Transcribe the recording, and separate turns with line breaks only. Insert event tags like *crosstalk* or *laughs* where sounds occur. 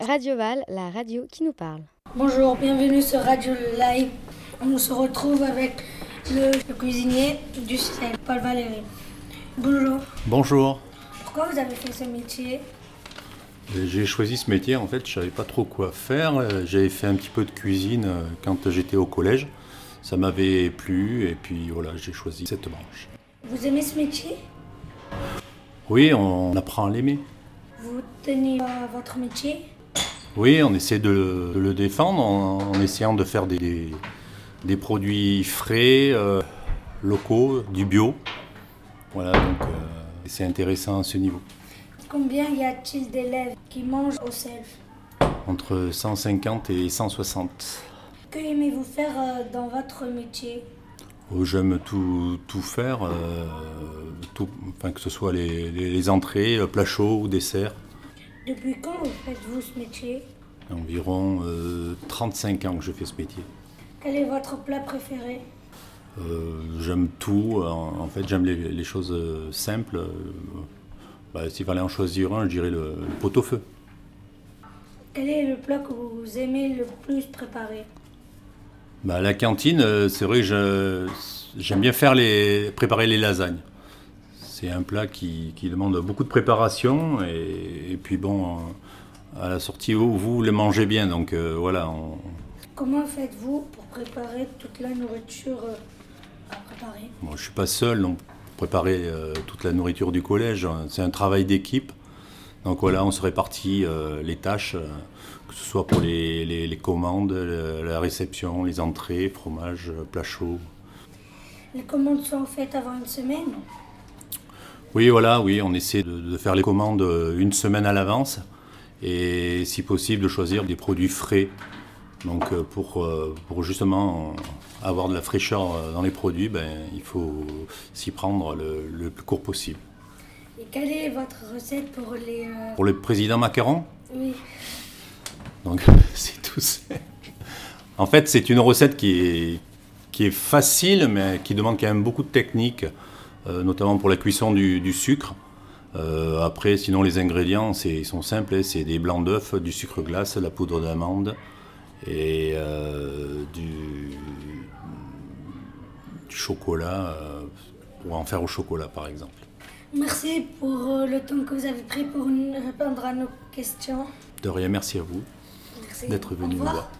Radio Val, la radio qui nous parle.
Bonjour, bienvenue sur Radio Live. On se retrouve avec le, le cuisinier du ciel, Paul Valéry. Bonjour,
Bonjour.
pourquoi vous avez fait ce métier
Euh, J'ai choisi ce métier, en fait, je savais pas trop quoi faire. Euh, J'avais fait un petit peu de cuisine euh, quand j'étais au collège. Ça m'avait plu et puis voilà, j'ai choisi cette branche.
Vous aimez ce métier
Oui, on apprend à l'aimer.
Vous tenez à votre métier
Oui, on essaie de, le- de le défendre en, en essayant de faire des, des- des produits frais, euh, locaux, du bio. Voilà, donc euh, c'est intéressant à ce niveau.
Combien y a-t-il d'élèves qui mangent au self
Entre 150 et 160.
Que aimez-vous faire euh, dans votre métier
Oh, J'aime tout, tout faire, euh, tout- enfin, que ce soit les, les- les entrées, euh, plats chauds ou desserts.
Depuis quand vous faites-vous ce métier
Environ euh, 35 ans que je fais ce métier.
Quel est votre plat préféré
Euh, j'aime tout, en, en fait j'aime les, les choses euh, simples. Euh, bah, S'il fallait en choisir un, je dirais le, le pot-au-feu.
Quel est le plat que vous aimez le plus préparer
Bah, la cantine, euh, c'est vrai que je- j'aime bien faire les, préparer les lasagnes. C'est un plat qui, qui demande beaucoup de préparation et, et puis bon, euh, à la sortie, vous, vous le mangez bien. Donc euh, voilà, on-
Comment faites-vous pour préparer toute la nourriture euh, à préparer
bon, je ne suis pas seul, donc préparer euh, toute la nourriture du collège, hein, c'est un travail d'équipe. Donc voilà, on se répartit euh, les tâches, euh, que ce soit pour les, les- les commandes, le- la réception, les entrées, fromage, euh, plat chaud.
Les commandes sont faites avant une semaine
Oui, voilà, oui, on essaie de, de faire les commandes euh, une semaine à l'avance et si possible de choisir des produits frais. Donc euh, pour, euh, pour justement euh, avoir de la fraîcheur euh, dans les produits, ben, il faut s'y prendre le, le plus court possible.
Et quelle est votre recette pour les... euh,
Pour le président macaron,
Oui,
donc *laughs* c'est tout simple. En fait, c'est une recette qui est, qui est facile, mais qui demande quand même beaucoup de technique, euh, notamment pour la cuisson du, du sucre. Euh, après, sinon, les ingrédients, c'est- ils sont simples. hein, c'est des blancs d'œufs, du sucre glace, la poudre d'amande et euh, du, du chocolat, euh, pour en faire au chocolat, par exemple.
merci pour euh, le temps que vous avez pris pour nous répondre à nos questions.
De rien, merci à vous
Merci.
d'être
Au
venu nous
revoir.
voir.